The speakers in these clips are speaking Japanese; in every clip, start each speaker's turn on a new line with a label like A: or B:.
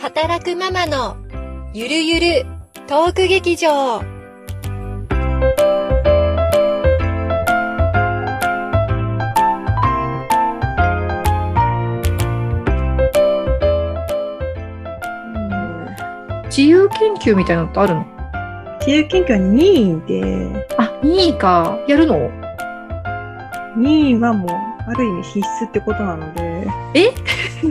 A: 働くママのゆるゆるトーク劇場
B: 自由研究みたいなのってあるの
C: 自由研究は2位で、
B: あ、いいか。やるの
C: 2位はもう、ある意味必須ってことなので。
B: え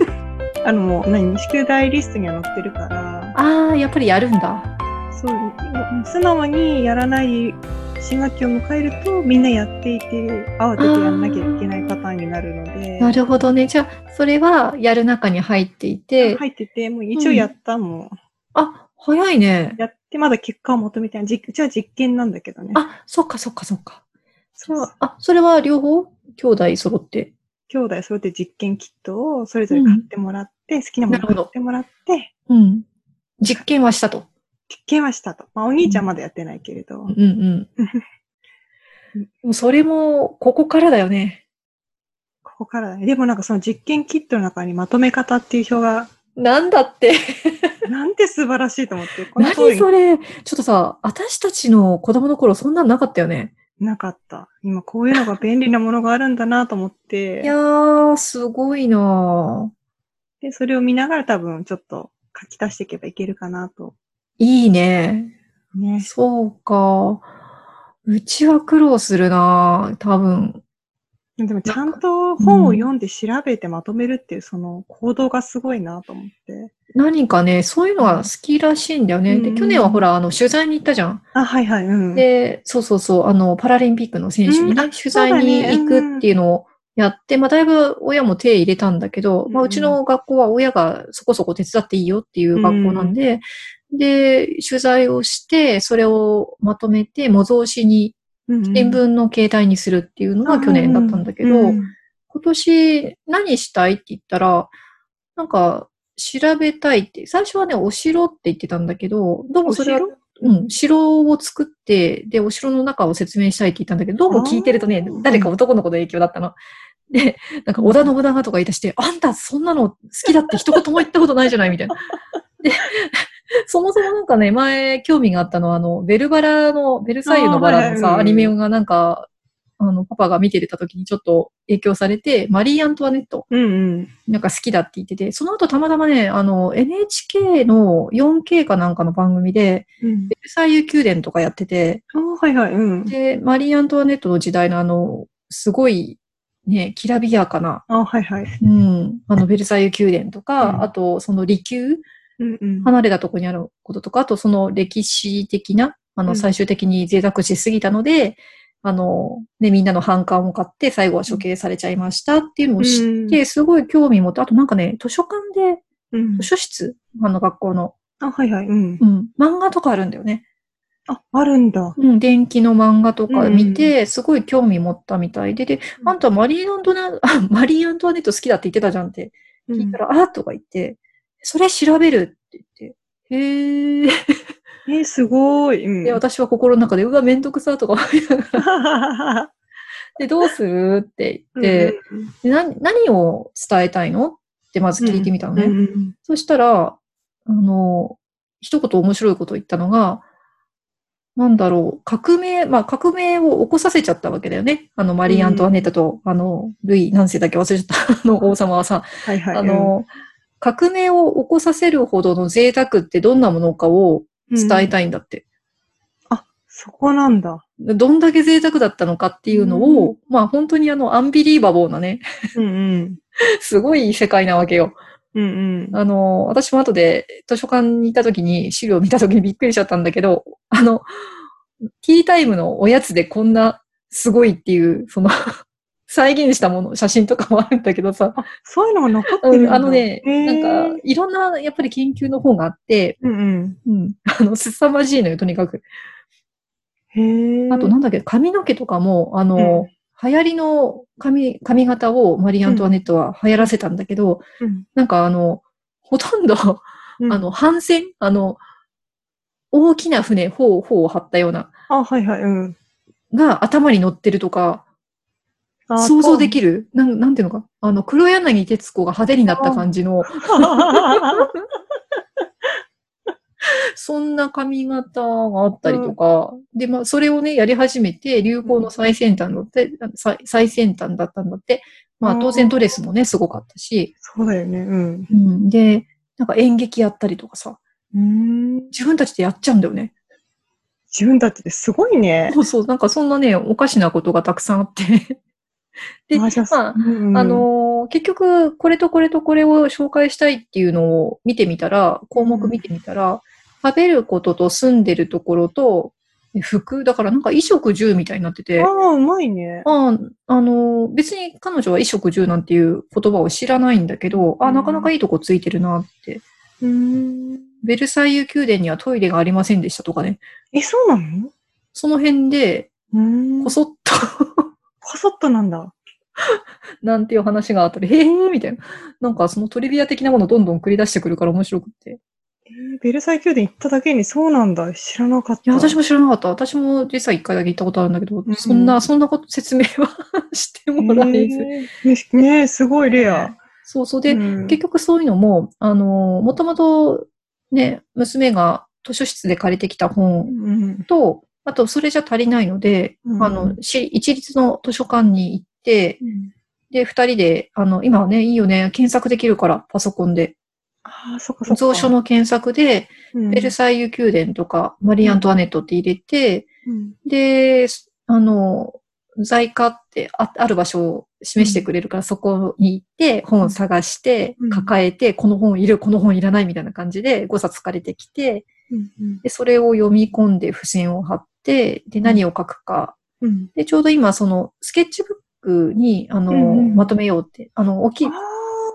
C: あのもう、何宿題リストには載ってるから、
B: ああ、やっぱりやるんだ。
C: そう、もう素直にやらない新学期を迎えると、みんなやっていて、慌ててやんなきゃいけないパターンになるので、
B: なるほどね。じゃあ、それはやる中に入っていて。
C: 入ってて、もう一応やった、もん、
B: あ、早いね。
C: やって、まだ結果を求めてない。じうちは実験なんだけどね。
B: あ、そっかそっかそっか。
C: そう。
B: あ、それは両方兄弟揃って。
C: 兄弟それで実験キットをそれぞれ買ってもらって、好きなもの
B: なるほど
C: 買ってもらって、
B: うん。実験はしたと。
C: 実験はしたと。まあ、お兄ちゃんまだやってないけれど。
B: うんうん。 でもそれも、ここからだよね。
C: ここからだね。でもなんかその実験キットの中にまとめ方っていう表が、
B: なんだって。
C: なんて素晴らしいと思って、この
B: 何
C: 通り
B: それ。ちょっとさ、私たちの子供の頃そんなんなかったよね。
C: なかった。今こういうのが便利なものがあるんだなと思っ
B: い
C: て、
B: やー、すごいなー
C: で、それを見ながら多分ちょっと書き足していけばいけるかなと。
B: いいね。
C: ね。
B: そうか。うちは苦労するな多分。
C: でもちゃんと本を読んで調べてまとめるっていうその行動がすごいなと思って。
B: 何かね、そういうのは好きらしいんだよね。で、
C: うん
B: 去年はほら、あの、取材に行ったじゃん。
C: あ、はいはい、うん。
B: で、そうそうそう、あの、パラリンピックの選手にね、
C: うんあ
B: 取材に行くっていうのをやって、まあ、だいぶ親も手入れたんだけど、まあ、
C: うん
B: うちの学校は親がそこそこ手伝っていいよっていう学校なんで、で、取材をして、それをまとめて、模造紙に、
C: うん
B: 新聞の携帯にするっていうのが去年だったんだけど、
C: うん
B: 今年何したいって言ったら、なんか調べたいって、最初はね、お城って言ってたんだけど、どうもそれ
C: お
B: は、
C: 城
B: うん、城を作って、で、お城の中を説明したいって言ったんだけど、どうも聞いてるとね
C: あ、ー
B: 誰か男の子の影響だったの。で、なんか織田信長とか言い出して、あんたそんなの好きだって一言も言ったことないじゃないみたいな。で、 そもそもなんかね、前興味があったのは、あの、ベルバラの、ベルサイユのバラの
C: あーはい
B: さ、
C: はい
B: アニメがなんか、あの、パパが見てた時にちょっと影響されて、マリー・アントワネット、
C: うんうん。
B: なんか好きだって言ってて、その後たまたまね、あの、NHK の 4K かなんかの番組で、
C: うん
B: ベルサイユ宮殿とかやってて、
C: あはいはい、うん。
B: で、マリー・アントワネットの時代のあの、すごい、ね、きらびやかな、
C: あはいはい。
B: うん、あの、ベルサイユ宮殿とか、
C: うん
B: あと、その離宮、
C: うんうん。
B: 離れたところにあることとか、あとその歴史的な、あ
C: う
B: の、
C: ん
B: 最終的に贅沢しすぎたので、あの、ね、みんなの反感を買って、最後は処刑されちゃいましたっていうのを知って、すごい興味持って、あとなんかね、図書館で、
C: うん
B: 図書室、あの学校の、
C: あ、はいはい。うん
B: う。ん、漫画とかあるんだよね。
C: あ、あるんだ。
B: うん、電気の漫画とか見
C: う
B: て、すごい興味持ったみたいで、で、
C: うん
B: あんたマリー・アントナ、あ マリー・アントワネット好きだって言ってたじゃんって
C: う
B: 聞い
C: ん
B: たら、あーとか言って、それ調べるって言って、へー。
C: えー、すごい。うん。
B: で、私は心の中で、うわ、めんどくさとか 思いながら、 で、どうするって言って、でな、何を伝えたいのってまず聞いてみたの
C: うん、
B: ね。
C: うんうん
B: そしたら、あの、一言面白いこと言ったのが、なんだろう、革命、まあ革命を起こさせちゃったわけだよね。あの、マリー・アントワネッタと、あの、ルイ、何世だっけ忘れちゃった、あの、王様はさ、
C: はいはい。
B: あの、革命を起こさせるほどの贅沢ってどんなものかを
C: うん
B: 伝えたいんだって。
C: そこなんだ。
B: どんだけ贅沢だったのかっていうのを、まあ本当にあの、アンビリーバボーなね、
C: うんうん。
B: すごい世界なわけよ。
C: うんうん。
B: あの、私も後で図書館にいた時に、資料を見た時にびっくりしちゃったんだけど、あの、ティータイムのおやつでこんなすごいっていう、その、 再現したもの、写真とかもあるんだけどさ、
C: あ、そういうのも残ってる
B: うんん
C: だ。
B: あのね、
C: へー
B: なんか、いろんなやっぱり研究の本があって、
C: うん
B: うん、あの、すさまじいのよ、とにかく。
C: うん。へえ。
B: あとなんだっけ、髪の毛とかも、あの、流行りの髪、髪型をマリー・アントワネットは流行らせたんだけど、
C: うん、
B: なんかあの、ほとんど、
C: うん
B: あの、、帆船あの、大きな船、帆を、帆を張ったような、
C: あ、はいはい。うん。
B: が頭に乗ってるとか、
C: あ
B: 想像で
C: る。
B: きるなん、なんていうのかあの、黒柳徹子が派手になった感じの、
C: あ
B: そんな髪型があったりとか、で、まあ、それをね、やり始めて、流行の最先端だって、最最先端だったんだって、まあ、
C: うん
B: 当然ドレスもね、すごかったし、
C: そうだよね。うん。
B: うん、で、なんか演劇やったりとかさ、
C: うん。
B: 自分たちでやっちゃうんだよね。
C: 自分たちってすごいね。
B: そうそう、なんかそんなね、おかしなことがたくさんあって。で、
C: あじゃあ
B: まあ、
C: うんうん
B: あのー結局、これとこれとこれを紹介したいっていうのを見てみたら、項目見てみたら、食べることと住んでるところと、え服、だからなんか衣食住みたいになってて、あ
C: ああ、うまいね。
B: あ、あのー別に彼女は衣食住なんていう言葉を知らないんだけど、
C: う
B: あ、
C: ん
B: なかなかいいとこついてるなって。
C: うん。
B: ベルサイユ宮殿にはトイレがありませんでしたとかね。
C: え、そうなの
B: その辺で、
C: うん
B: こそっと、
C: こそっとなんだ。
B: なんていう話があったり、へえーみたいな。なんかそのトリビア的なものどんどん繰り出してくるから面白くって。
C: ベルサイユ宮殿行っただけにそうなんだ。知らなかった。
B: いや、私
C: も。
B: も知らなかった。私も実際一回だけ行ったことあるんだけど、
C: ん
B: そんな、そんなこと説明は してもらえず。
C: えーねねすごいレア。
B: そうそう。で、
C: うん
B: 結局そういうのも、あの、もともとね、娘が図書室で借りてきた本
C: うん
B: と、あとそれじゃ足りないので、
C: うん
B: あの、し一律の図書館に行って、
C: うん
B: で、二人で、あの、今はね、いいよね、検索できるから、パソコンで。
C: ああ、そっかそっか。
B: 蔵書の検索で、
C: うん、
B: ベルサイユ宮殿とか、マリー・アントワネットって入れて、
C: うん
B: で、すあの、在家ってあある場所を示してくれるから、そこに行って、本を探して
C: うん、
B: 抱えて、この本いる、この本いらないみたいな感じで5冊借りてきて、
C: うんうん
B: で、それを読み込んで付箋を貼って、で、何を書くか。
C: うん
B: で、ちょうど今、その、スケッチブックに、あの、
C: うんうん
B: まとめようって、あの、大きい
C: あ。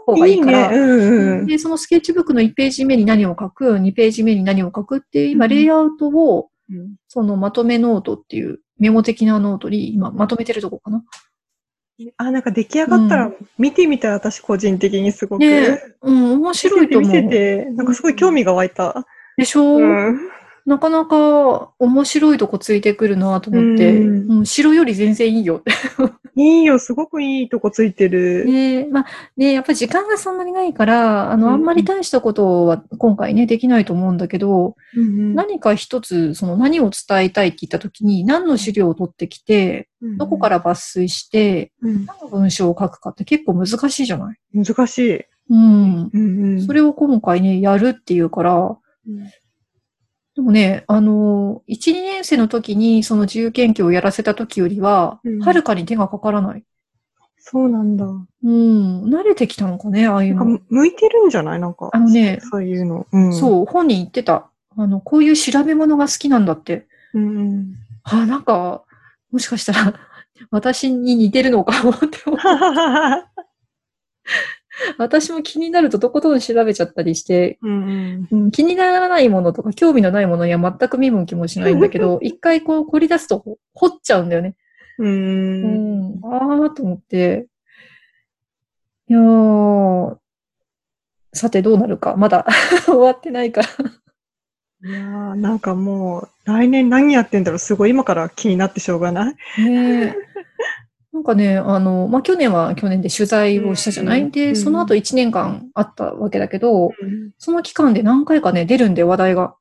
B: 方
C: あ、
B: が
C: い
B: い
C: い
B: いか
C: ね。
B: ら
C: うんうん。
B: で、そのスケッチブックの1ページ目に何を書く、2ページ目に何を書くっていう、今、レイアウトを、
C: うん
B: そのまとめノートっていうメモ的なノートに今まとめてるとこかな。
C: あ、なんか出来上がったら見てみたい、私個人的にすごく。
B: ねえうん、面白いと思
C: 見せ
B: う。
C: て、なんかすごい興味が湧いた。
B: でしょ、
C: うん。
B: なかなか面白いとこついてくるなと思って、
C: うん
B: うん、白より全然いい よって。
C: いいよ、すごくいいとこついてる。
B: ねまあねやっぱり時間がそんなにないから、あ
C: う
B: の、
C: ん
B: あんまり大したことは今回ね、できないと思うんだけど、
C: うん
B: 何か一つ、その何を伝えたいって言った時に、何の資料を取ってきて、
C: うん
B: どこから抜粋して、
C: うん
B: 何の文章を書くかって結構難しいじゃない
C: 難しい。
B: うん。
C: うんうん。
B: それを今回ね、やるっていうから、
C: うん
B: でもね、あの、1、2年生の時にその自由研究をやらせた時よりは
C: うん、
B: はるかに手がかからない。
C: そうなんだ。
B: うん、慣れてきたのかね、ああいう
C: なんか
B: の。
C: 向いてるんじゃないなんか。
B: あのね
C: そういうの。うん。
B: そう、本人言ってた。あの、こういう調べ物が好きなんだって。
C: う。うんうん。
B: あ、なんか、もしかしたら、 私に似てるのかもって思う。私も気になるととことん調べちゃったりして、
C: うんうん。
B: うん、気にならないものとか興味のないものには全く見向きもしないんだけ ど、一回こう掘り出すとほ掘っちゃうんだよね。
C: う。
B: うんん、あーと思って。いやー、さてどうなるか、まだ 終わってないから。
C: いやーなんかもう、来年何やってんだろうすごい今から気になってしょうがない。
B: ねえなんかね、あの、まあ、去年は去年で取材をしたじゃない、
C: うんう
B: で、
C: ん
B: その後1年間あったわけだけど、
C: うん
B: その期間で何回かね、出るんで話題が。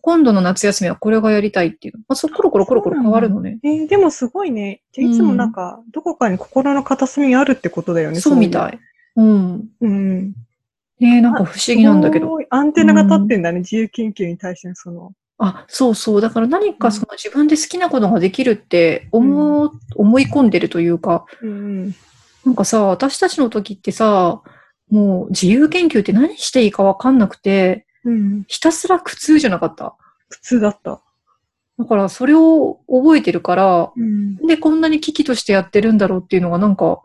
B: 今度の夏休みはこれがやりたいっていう。まあ、そコロコロコロコロ変わるのね。
C: えーでもすごいね。じゃあいつもなんか、どこかに心の片隅にあるってことだよね。
B: そうみた
C: い
B: い。うん。
C: う。うん。
B: ねえ、なんか不思議なんだけど
C: す。ごいアンテナが立ってんだね。自由研究に対してのその。
B: あ、そうそう。だから何かその自分で好きなことができるって思う、思い込んでるというか、
C: うん。
B: なんかさ、私たちの時ってさ、もう自由研究って何していいかわかんなくて、
C: うん。
B: ひたすら苦痛じゃなかった。
C: 普通だった。
B: だからそれを覚えてるから、
C: うん。
B: で、こんなに危機としてやってるんだろうっていうのがなんか、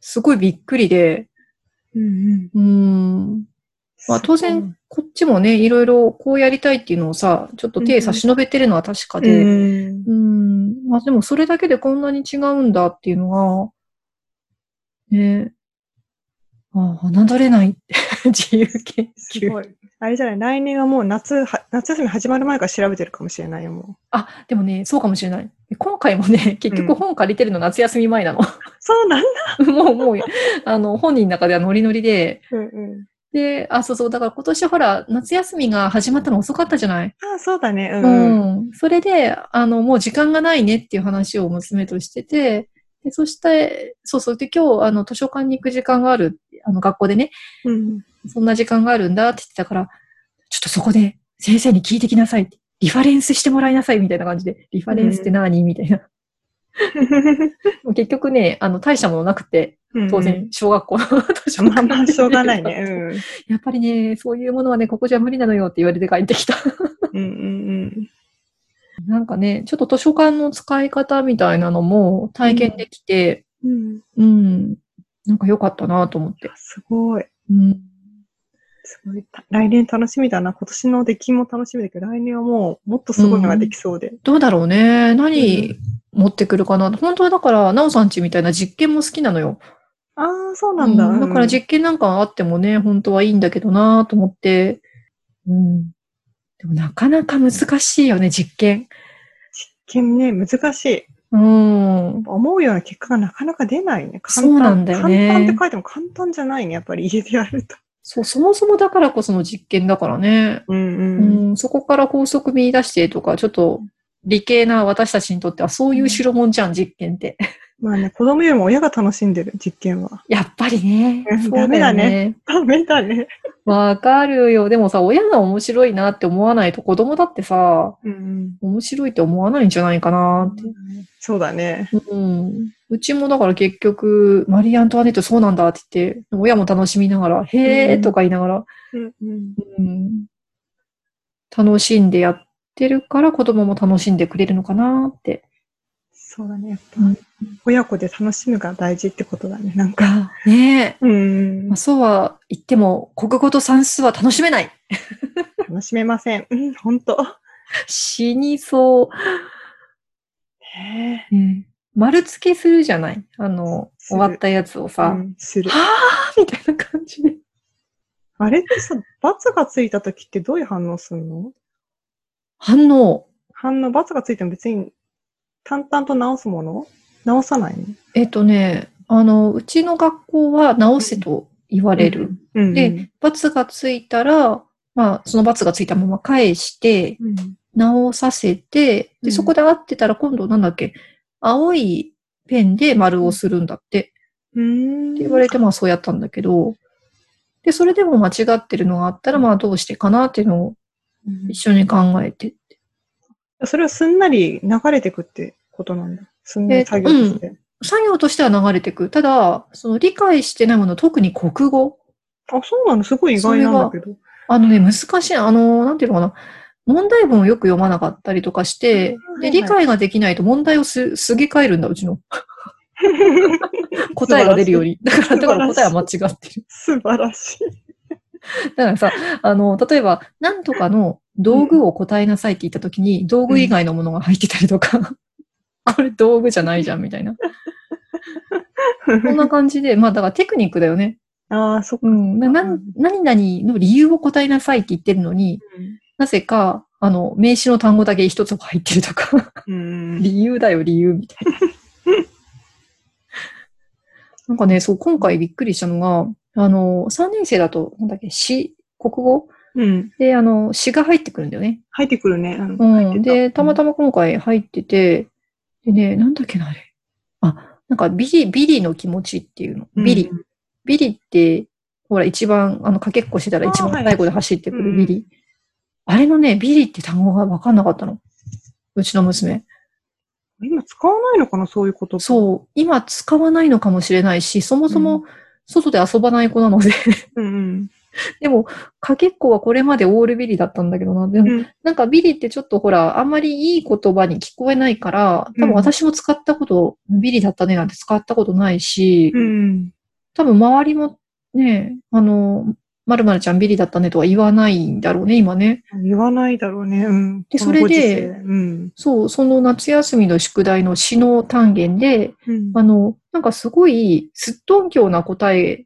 B: すごいびっくりで、
C: うんうん。
B: うーん。まあ当然、こっちもね、いろいろこうやりたいっていうのをさ、ちょっと手差し伸べてるのは確か
C: う
B: で、
C: ん。
B: うん。まあでもそれだけでこんなに違うんだっていうのが、ね。ああ、侮れないって。 自由研
C: す
B: 究。
C: ごい。あれじゃない来年はもう夏は、夏休み始まる前から調べてるかもしれないよ、も
B: あ、でもね、そうかもしれない。今回もね、結
C: うん
B: 局本借りてるの夏休み前なの。
C: う。そうなんだ。
B: もう、もう、あの、本人の中ではノリノリで、
C: うんうん。
B: で、あ、そうそう、だから今年ほら、夏休みが始まったの遅かったじゃない
C: あ、そうだね。う。
B: うんん、それで、あの、もう時間がないねっていう話を娘としてて、でそして、そうそう、で、今日、あの、図書館に行く時間があるって、あの、学校でね、
C: うん。
B: そんな時間があるんだって言ってたから、ちょっとそこで先生に聞いてきなさいって、リファレンスしてもらいなさいみたいな感じで、リファレンスって何、みたいな。もう結局ね、あの、大したものなくて、当然、小学校の 図書
C: うん。まあ
B: 館
C: まあ、しょうがない ね。
B: やっぱりね、そういうものはね、ここじゃ無理なのよって言われて帰ってきた。
C: うん。うんうん
B: なんかね、ちょっと図書館の使い方みたいなのも体験できて、
C: うん。うん。
B: うん、なんか良かったなと思って。
C: すごい。
B: うん、
C: すごい。た来年楽しみだな。今年の出来も楽しみだけど、来年はもうもっとすごいのができそうで。
B: どうだろうね。
C: う
B: 何持ってくるかな。本当はだから、なおさんちみたいな実験も好きなのよ。
C: ああ、そうなんだ。
B: うんだから実験なんかあってもね、本当はいいんだけどなと思って。うん。でもなかなか難しいよね、実験。
C: 実験ね、難しい。
B: うん。
C: 思うような結果がなかなか出ないね。簡単
B: そうなんだよね
C: 簡単って書いても簡単じゃないね。やっぱり家でやると。
B: そう、そもそもだからこその実験だからね。
C: うんう。
B: うんん、そこから法則見出してとか、ちょっと理系な私たちにとってはそういう代物じゃん、実験って。
C: まあね、子供よりも親が楽しんでる、実験は。
B: やっぱりね
C: うん。
B: そうよ
C: ダメだね。ダメだね。
B: わかるよ。でもさ、親が面白いなって思わないと子供だってさ、
C: うん
B: 面白いって思わないんじゃないかなって。
C: そうだね。
B: うん。うちもだから結局、マリー・アントワネットそうなんだって言って、親も楽しみながら、へ
C: う
B: え
C: ん
B: とか言いながら、
C: うんうん。
B: うん、楽しんでやってるから子供も楽しんでくれるのかなって。
C: そうだね。やっぱ、
B: うん
C: 親子で楽しむが大事ってことだね。なん
B: い
C: か。
B: や、ねえ。
C: うん
B: まあ、。そうは言っても、国語と算数は楽しめない。
C: 楽しめません。うん、ほんと。
B: 死にそ
C: ね
B: う。丸付けするじゃないあの、
C: す
B: 終
C: る
B: わったやつを
C: え
B: さ、
C: うんする。
B: はぁみたいな感じで。
C: あれってさ、罰がついた時ってどういう反応するの
B: 反応。
C: 反応、罰がついても別に淡々と直すもの直さないの
B: えっ、とね、あの、うちの学校は直せと言われる。
C: うん。
B: で、罰がついたら、まあ、その罰がついたまま返して、
C: うん。
B: 直させて、
C: うん
B: で、そこで合ってたら今度なんだっけ、青いペンで丸をするんだって。
C: うん。
B: って言われて、まあそうやったんだけど、で、それでも間違ってるのがあったら、まあどうしてかなっていうのを
C: うん
B: 一緒に考えて。
C: それはすんなり流れてくってことなんだ。すんなり作業として。
B: 作業としては流れてく。ただ、その理解してないもの、特に国語。
C: あ、そうなのすごい意外なんだけど。
B: あのね、難しい。あの、なんていうのかな。問題文をよく読まなかったりとかして
C: う、んはいは
B: で、
C: い
B: 理解ができないと問題をす、すげ替えるんだ、うちの。答えが出るように。だから、だから答えは間違ってる。
C: 素晴らしい。
B: だからさ、あの、例えば、なんとかの道具を答えなさいって言ったときに、道具以外のものが入ってたりとか、これ道具じゃないじゃん、みたい な。そんな感じで、まあだからテクニックだよね。
C: ああ、そっか。
B: うん。な、なん何々の理由を答えなさいって言ってるのに、なぜか、あの、名詞の単語だけ一つも入ってるとか、
C: うん。
B: 理由だよ、理由、みたいな。なんかね、そう、今回びっくりしたのが、あの、3年生だと、なんだっけ、詩、国語
C: うん。
B: で、あの、詩が入ってくるんだよね。
C: 入ってくるね。
B: う
C: 入って
B: ん。で、たま
C: ま。
B: たま今回入ってて、でね、なんだっけな、あれ。あ、なんかビリ、ビリの気持ちっていうの。
C: うん
B: ビリ。。ビリって、ほら、一番、あの、かけっこしてたら一
C: あ
B: 番
C: はい
B: 最後で走ってく
C: う
B: る
C: ん
B: ビリ。あれのね、ビリって単語が分かんなかったの。うちの娘。
C: 今使わないのかなそういうこと。う。
B: そう。今使わないのかもしれないし、そもそも外で遊ばない子なので。
C: うん
B: でも、かけっこはこれまでオールビリだったんだけどな。で
C: う
B: も
C: ん。うん
B: なんかビリってちょっとほら、あんまりいい言葉に聞こえないから、多
C: うん
B: 分私も使ったこと、ビリだったねなんて使ったことないし、
C: うん。
B: 多分周りもね、あの、まるまるちゃんビリだったねとは言わないんだろうね、今ね。
C: 言わないだろうね。うん。
B: で
C: この
B: それで
C: ご時世うん。
B: そう、その夏休みの宿題の詩の単元で、
C: うん
B: あの、なんかすごいすっとんきょうな答え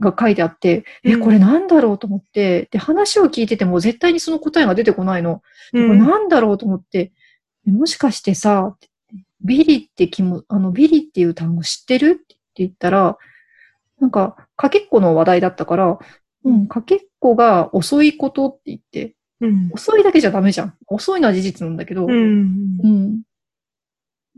B: が書いてあって、え、
C: うん
B: これなんだろうと思って、で、話を聞いてても絶対にその答えが出てこないの。
C: う
B: これ
C: ん
B: なんだろうと思って、えもしかしてさ、ビリって気も、あの、ビリっていう単語知ってるって言ったら、なんか、かけっこの話題だったから、うん、かけっこが遅いことって言って、
C: うん。
B: 遅いだけじゃダメじゃん。遅いのは事実なんだけど、
C: うん
B: う。ん。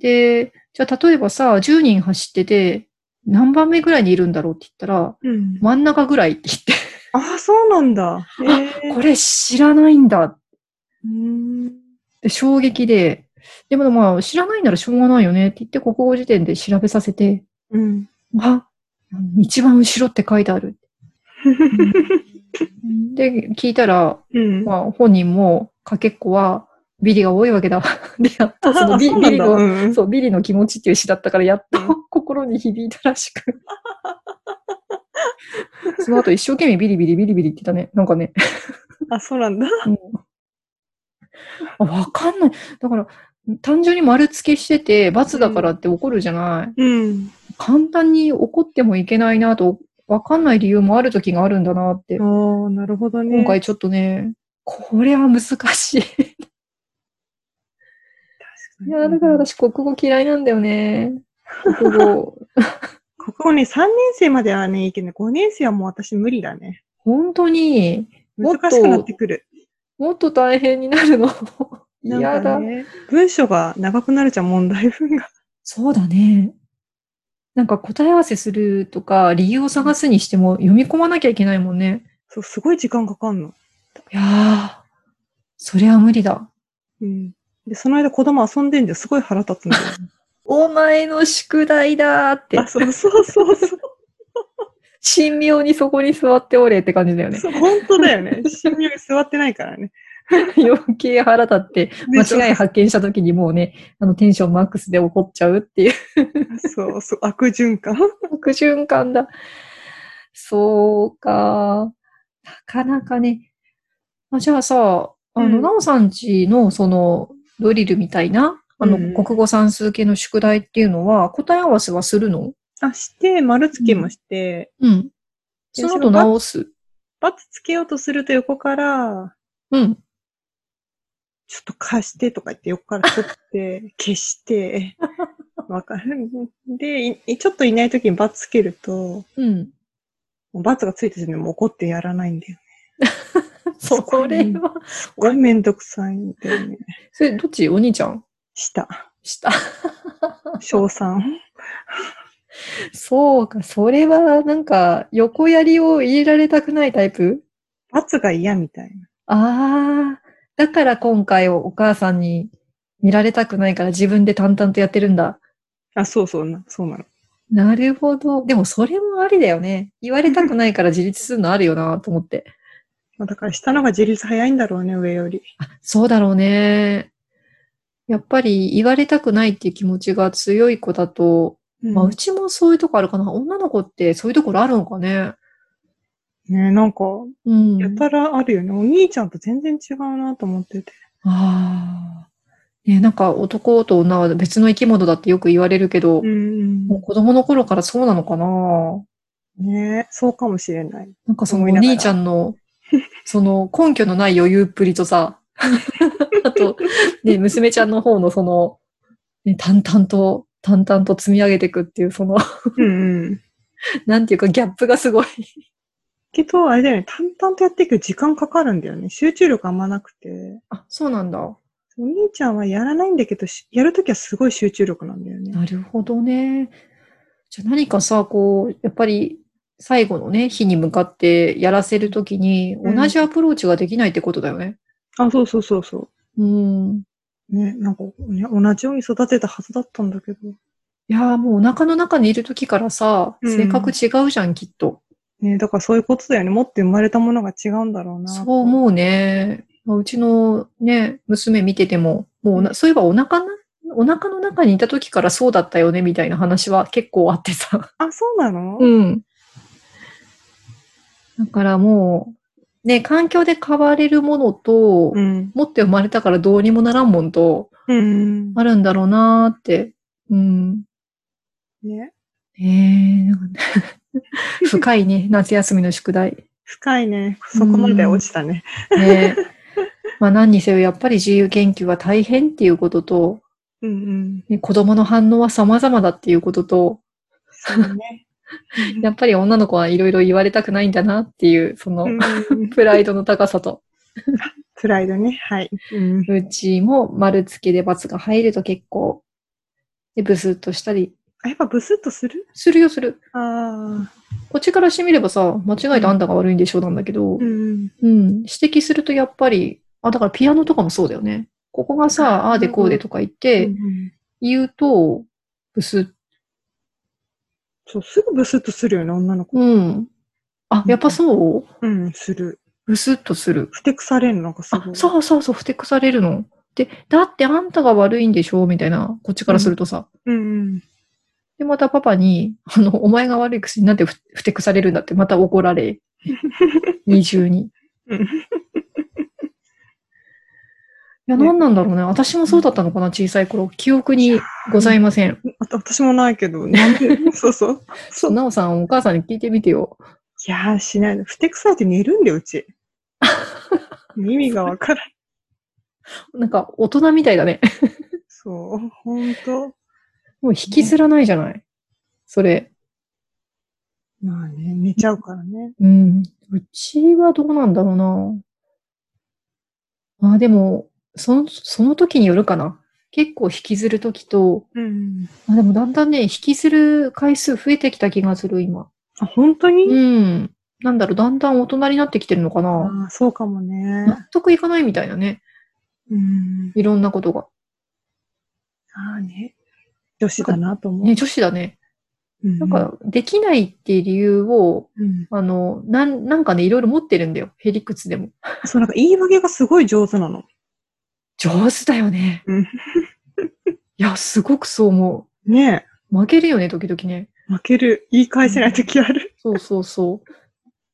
B: で、じゃあ例えばさ、10人走ってて、何番目ぐらいにいるんだろうって言ったら、
C: うん。
B: 真ん中ぐらいって言って、
C: ああ、そうなんだ。ええ
B: これ知らないんだっ
C: うん。
B: て衝撃で、でもまあ知らないならしょうがないよねって言って国語辞典で調べさせて、
C: うん。
B: あ、一番後ろって書いて ある。で、聞いたら、
C: うん。
B: まあ本人もかけっこはビリが多いわけだ。で、やっとその
C: あ
B: ビ
C: そう
B: ビ
C: な
B: リ
C: んだ。
B: の、
C: うん
B: そう、ビリの気持ちっていう詩だったから、やっと心に響いたら しく。その後一生懸命ビリビリビリビリって言ってたね。なんかね。
C: あ、そうなんだ。
B: うんあわかんない。だから、単純に丸付けしてて、罰だからって怒るじゃない。
C: うん。
B: 簡単に怒ってもいけないなと、わかんない理由もある時があるんだなって。
C: ああ、なるほどね。
B: 今回ちょっとね、これは難しい。いや、だから私国語嫌いなんだよね。国語。
C: 国語ね、3年生まではね、いいけどね、5年生はもう私無理だね。
B: 本当に、もっ
C: 難
B: と
C: しくなってくる。
B: もっと大変になるの。
C: な
B: 嫌
C: んか
B: だ。
C: ね、文章が長くなるじゃん、問題文が。
B: そうだね。なんか答え合わせするとか、理由を探すにしても読み込まなきゃいけないもんね。
C: そう、すごい時間かかんの。
B: いやー、それは無理だ。
C: うん。で、その間子供遊んでんですごい腹立つんだよね。
B: お前の宿題だーって
C: あ、、そうそうそうそう。
B: 神妙にそこに座っておれって感じだ よね。
C: そう本当だよね。神妙に座ってないからね。
B: 余計腹立って、
C: で
B: 間違い発見した時にもうね、あのテンションマックスで怒っちゃうっていう
C: そうそう、悪循環。
B: 悪循環だ。そうか。なかなかね。あじゃあさ、あ
C: う
B: の、
C: ん
B: なおさんちの、その、ドリルみたいな、あの、
C: うん
B: 国語算数系の宿題っていうのは、答え合わせはするの
C: あ、して、丸つけもして、
B: うん。
C: い
B: そ
C: や
B: の
C: そ
B: 後
C: れは
B: 直す。
C: バツつけようとすると横から、
B: うん。
C: ちょっと貸してとか言って横から取 って、消して、わかる。で、いちょっといない時にバツつけると、
B: うん。
C: もうバツがついてるのにもう怒ってやらないんだよ。
B: そ
C: ごい
B: れ
C: ね
B: は、
C: すごいめんどくさいんだよね。
B: それ、どっちお兄ちゃん
C: した。
B: 下。
C: 小賛。
B: そうか、それは、なんか、横やりを入れられたくないタイプ
C: バツが嫌みたいな。
B: ああ、だから今回お母さんに見られたくないから自分で淡々とやってるんだ。
C: あ、そうそうな、そうなの。
B: なるほど。でもそれもありだよね。言われたくないから自立するのあるよなと思 って。
C: まあだから下の方が自立早いんだろうね、上より。
B: そうだろうね。やっぱり言われたくないっていう気持ちが強い子だと、
C: うん
B: まあうちもそういうとこあるかな。女の子ってそういうところあるのかね。
C: ねなんか、
B: うん。
C: やたらあるよね。お兄ちゃんと全然違うなと思ってて。
B: ああ。ね、なんか男と女は別の生き物だってよく言われるけど、
C: うん
B: もう子供の頃からそうなのかな
C: ねそうかもしれない。
B: なんかそのお
C: 思いながら
B: 兄ちゃんの、 その根拠のない余裕っぷりとさ、 あと、ね、娘ちゃんの方のその、ね、淡々と、淡々と積み上げていくっていう、その、
C: うんうん。
B: なんていうかギャップがすごい。
C: けど、あれだよね、淡々とやっていく時間かかるんだよね。集中力あんまなくて。
B: あ、そうなんだ。
C: お兄ちゃんはやらないんだけど、しやるときはすごい集中力なんだよね。
B: なるほどね。じゃあ何かさ、こう、やっぱり最後のね、日に向かってやらせるときに、
C: うん
B: 同じアプローチができないってことだよね。
C: あ、そうそうそうそう。
B: うん。
C: ね、なんか、ね、同じように育てたはずだったんだけど。
B: いやーもうお腹の中にいるときからさ、
C: うん
B: 性格違うじゃん、きっと。
C: ね、だからそういうことだよね。持って生まれたものが違うんだろうな。
B: そう思うね。まあうちのね、娘見てても、もうおな、そういえばお腹な、お腹の中にいた時からそうだったよね、みたいな話は結構あってさ。
C: あ、そうなの、
B: ん。だからもう、ね、環境で変われるものと、
C: うん。
B: 持って生まれたからどうにもならんもんと、
C: うん。
B: あるんだろうなーって。うん。
C: ね。
B: えー、なんかね 深いね、夏休みの宿題。
C: 深いね。そこまで落ちたね。
B: ねまあ何にせよやっぱり自由研究は大変っていうことと、
C: うんうん。
B: ね子供の反応は様々だっていうことと、
C: そうね。
B: やっぱり女の子はいろいろ言われたくないんだなっていう、その、
C: うん
B: プライドの高さと。
C: プライドね。はい。うん
B: うちも丸付けで罰が入ると結構、で、ブスッとしたり、
C: あやっぱブスッとする
B: するよ、する。
C: ああ。
B: こっちからしてみればさ、間違えてあんたが悪いんでしょうなんだけど、
C: うん。
B: うん、指摘するとやっぱり、あ、だからピアノとかもそうだよね。ここがさ、ああでこうでとか言っ
C: う
B: て、
C: ん
B: 言うと、ブス、
C: そう、すぐブスッとするよね、女の子。
B: うん。あ、やっぱそう
C: うん、する。
B: ブスッとする。
C: ふてくされるのがす
B: あ
C: ご、い。
B: そうそうそう、ふてくされるの。で、だってあんたが悪いんでしょみたいな、こっちからするとさ。
C: うん。
B: で、またパパに、あの、お前が悪いくせになんてふふてくされるんだって、また怒 られ。二重に。い
C: うん
B: や、
C: ね
B: なんなんだろうね。私もそうだったのかな、小さい頃。記憶にございません。
C: あと私もないけど、なん で、そうそう。そう。
B: なおさん、お母さんに聞いてみてよ。
C: いやー、しないの。ふてくされて寝るんだよ、うち。意味がわからない。
B: なんか、大人みたいだね。
C: そう、ほんと。
B: もう引きずらないじゃない。それ。
C: まあね、寝ちゃうからね。
B: うん。うちはどうなんだろうな。あ、でも、その、その時によるかな。結構引きずる時と、
C: うん。
B: あ、でもだんだんね、引きずる回数増えてきた気がする、今。
C: あ、本当に、
B: うん。なんだろう、だんだん大人になってきてるのかな。
C: ああ、そうかもね。
B: 納得いかないみたいなね。
C: うん。
B: いろんなことが。
C: ああね。女子だなと思う。
B: ね、女子だね。
C: う
B: なん、か、できないっていう理由を、
C: うん。
B: あの、なん、なんかね、いろいろ持ってるんだよ。へりくつでも。
C: そう、なんか言い訳がすごい上手なの。
B: 上手だよね。
C: うん
B: いや、すごくそう思
C: ね
B: う。負けるよね、時々ね。
C: え、負ける。言い返せないときある。
B: そうそうそう。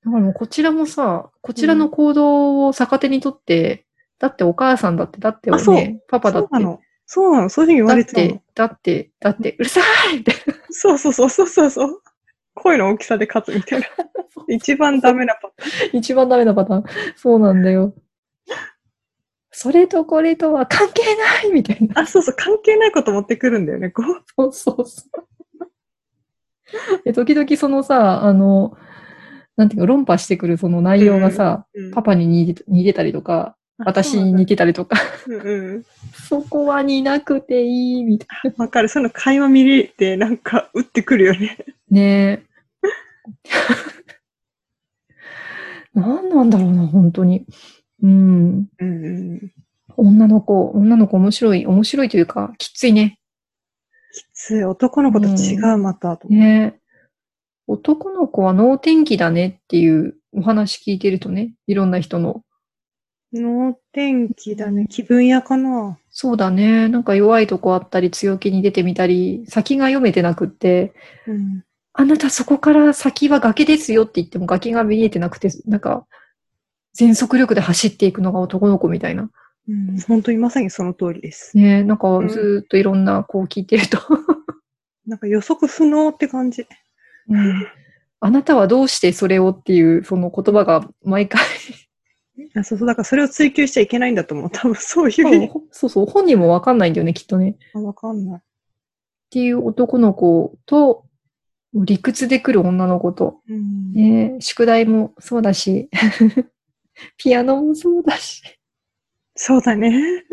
B: だからもうこちらもさ、こちらの行動を逆手にとって、だってお母さんだって、だって、
C: あそう
B: ね、パパだ
C: そ
B: っ
C: うな
B: て、
C: の。そうなの。そういうふうに言わ
B: だっ
C: れてた
B: て
C: の。、
B: だって、だって、うるさいって。
C: そうそうそうそうそうそう。声の大きさで勝つみたい な。一番ダメなパターン。
B: 一番ダメなパターン。そうなんだよ。それとこれとは関係ないみたいな。
C: あ、そうそう。関係ないこと持ってくるんだよね。こう。
B: そうそうそう。で時々そのさ、あの、なんていうか、論破してくるその内容がさ、
C: うん
B: パパに似て似てたりとか、私に似てたりとか、
C: うんうん。
B: そこは似なくていいみたい
C: わかる。そういうの会話見れて、なんか、打ってくるよね。
B: な。ね え。なんなんだろうな、本当に。うん。
C: うんうん。
B: 女の子、女の子面白い、面白いというか、きついね。
C: きつい。男の子と違う、また。と思う
B: ねえ。男の子は脳天気だねっていうお話聞いてるとね、いろんな人の。
C: 脳天気だね。気分屋かな。
B: そうだね。なんか弱いとこあったり、強気に出てみたり、先が読めてなくって、
C: うん。
B: あなたそこから先は崖ですよって言っても崖が見えてなくて、なんか、全速力で走っていくのが男の子みたいな。
C: うん。本当にまさにその通りです。
B: ねえ、なんか
C: ん
B: ずーっといろんなこう聞いてると、
C: なんか予測不能って感じ。
B: うんあなたはどうしてそれをっていうその言葉が毎回
C: あそうそう、だからそれを追求しちゃいけないんだと思う。多分そういう意味
B: ほそうそう、本人もわかんないんだよね、きっとね。っ
C: あわかんない。
B: ていう男の子と、理屈で来る女の子と、
C: うん
B: ねえ、宿題もそうだし、 ピアノもそうだし。
C: そうだね。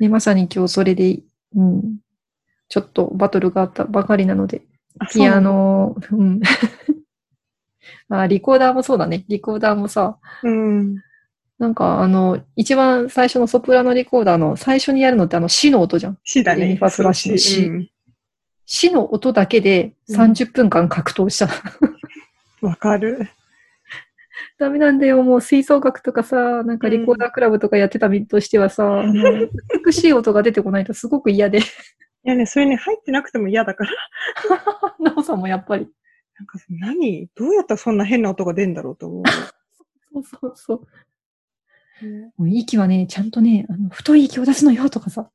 B: ね、まさに今日それで、うん、ちょっとバトルがあったばかりなので、
C: あ
B: ピア。ノ、うん。 あ、リコーダーもそうだね。リコーダーもさ、
C: そうなのうん。
B: なんかあの、一番最初のソプラノリコーダーの最初にやるのってあの、死の音じゃん。
C: 死だ
B: ユ
C: ね
B: ニ。ファスラッシュの死
C: うん
B: 死の音だけで30分間格闘した。
C: わかる。
B: ダメなんだよ、もう吹奏楽とかさ、なんかリコーダークラブとかやってた身としてはさ、あの美しい音が出てこないとすごく嫌で。
C: いやね、それね、入ってなくても嫌だから。
B: なおさんもやっぱり。
C: なんか何どうやったらそんな変な音が出るんだろうと 思
B: そうそうそう。
C: う。ね
B: もう息はね、ちゃんとね、あの太い息を出すのよとかさ。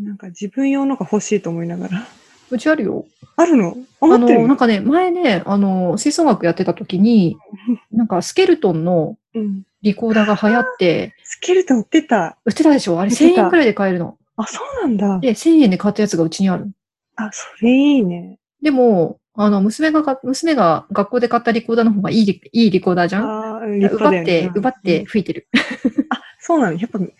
C: なんか自分用のが欲しいと思いながら。
B: うちあるよ。
C: あるのあ、
B: あ
C: 持って
B: の、
C: る
B: なんかね、前ね、あの、吹奏楽やってた時に、なんかスケルトンの
C: うん。
B: リコーダーが流行って、
C: スケルトン売ってた。
B: 売ってたでしょあれ
C: 売って
B: 1000
C: た
B: 円くらいで買えるの。
C: あ、そうなんだ。
B: で、1000円で買ったやつがうちにある。
C: あ、それいいね。
B: でも、あの、娘がか、娘が学校で買ったリコーダーの方がいいリ、いいリコーダーじゃん
C: ああ、立
B: 奪
C: 派だ
B: っ
C: よ
B: て、
C: ね。
B: 奪って吹いてる。
C: そうなの。やっぱ、ふ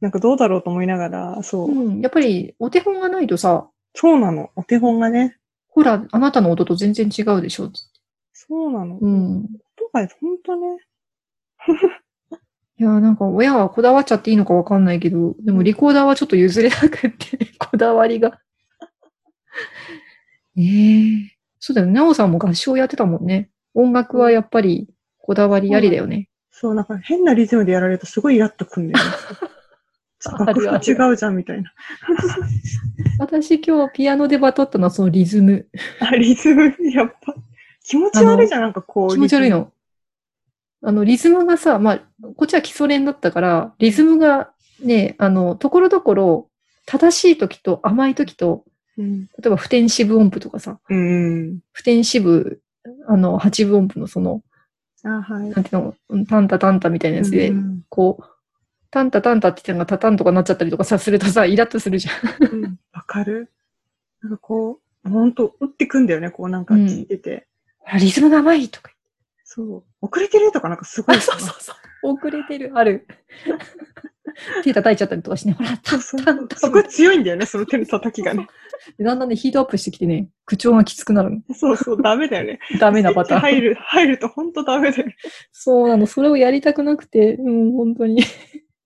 C: なんかどうだろうと思いながら、そう。
B: うん。やっぱり、お手本がないとさ、
C: そうなの。お手本がね。
B: ほら、あなたの音と全然違うでしょ。
C: そうなの。
B: う。ん。
C: とか、ほんとね。
B: いや、なんか親はこだわっちゃっていいのかわかんないけど、でもリコーダーはちょっと譲れなくって、 こだわりが。ええそうだよね。なおさんも合唱やってたもんね。音楽はやっぱりこだわりありだよね。
C: そう、なんか変なリズムでやられるとすごいイラっとくん だよね。ちょっと
B: あるあ
C: 楽
B: る
C: 譜違うじゃんみたいな。
B: 私今日ピアノでバトったのはそのリズム。
C: あ、リズム、やっぱ。気持ち悪いじゃん、なんかこう。
B: 気持ち悪いの。あの、リズムがさ、まあ、こっちは基礎練だったから、リズムがね、あの、ところどころ正しい時と甘い時と、
C: リズム。
B: 例えば普天支部音符とかさ、
C: うん。
B: 普天支部、あの、八分音符のその、
C: うん。あ、はい。
B: なんていうの、うんタンタタンタみたいなやつで、
C: うん
B: こう、タンタタンタって言ってたのがタタンとかなっちゃったりとかさ、するとさ、イラッとするじゃん。
C: うんわかる。なんかこう、ほんと、打ってくんだよね、こうなんか聞いてて。
B: ほらリズムが甘いとか
C: そう。遅れてるとかなんかすご
B: 言
C: い。
B: って。あ、そうそうそう。遅れてる、ある。手叩いちゃったりとかしてね、ほら、タ
C: そうそ
B: ン
C: う
B: タンタ
C: す
B: ン
C: ごい強いんだよね、その手の叩きが ね。
B: でだんだんね、ヒートアップしてきてね、口調がきつくなるの。
C: そうそう、ダメだよね。
B: ダメなパターン。
C: 入る、入るとほんとダメだよね。
B: そうなの、それをやりたくなくて、うん、本当に。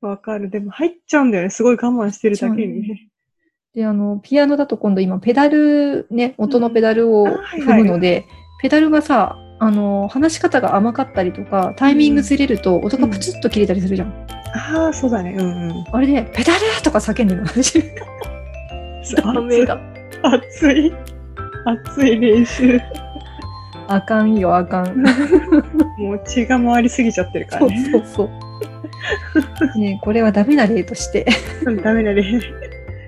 C: わかる。でも入っちゃうんだよね、すごい我慢してるだけにね。
B: で、あの、ピアノだと今度今、ペダル、ね、音のペダルを
C: うんあはい
B: 踏むので、ペダルがさ、あの、話し方が甘かったりとか、タイミングずれると音がプツッと切れたりするじゃん。
C: ああ、そうだね、うんうん。
B: あれで、ペダルとか叫んでるの、私。ダメだ。
C: 熱い、熱い練習。
B: あかんよ、あかん。
C: もう血が回りすぎちゃってるから
B: そう
C: ね。
B: そうそう。ねこれはダメな例として。
C: ダメだね。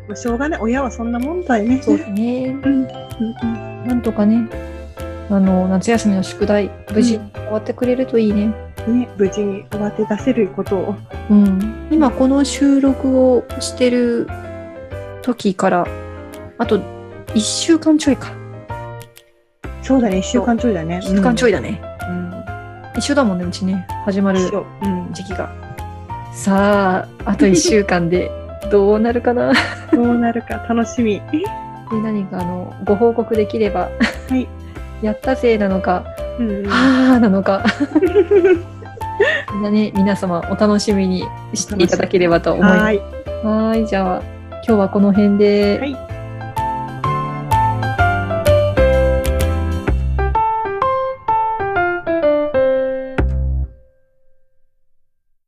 C: もうしょうがない。親はそんなもんだよね。
B: そうだね。
C: うん。うんうん
B: なんとかね、あの、夏休みの宿題、無事終わってくれるといいね。
C: ね、無事に終わって出せることを。
B: うん。今この収録をしてる時から、あと1週間ちょいか。
C: そうだね、一週間ちょいだね。
B: 1週間ちょ
C: い。
B: いだね。
C: うん。
B: 一緒だもんね、うちね。始まる
C: 一緒うん。
B: 時期が。さあ、あと1週間で どうなるかな。
C: どうなるか楽しみ。
B: で何かあの、ご報告できれば。
C: い
B: やったぜなのか、
C: うん。
B: はあな のか。みんなね、皆様お楽しみにしていただければと思います。
C: はい。
B: はーい、じゃあ、今日はこの辺で。
C: はい。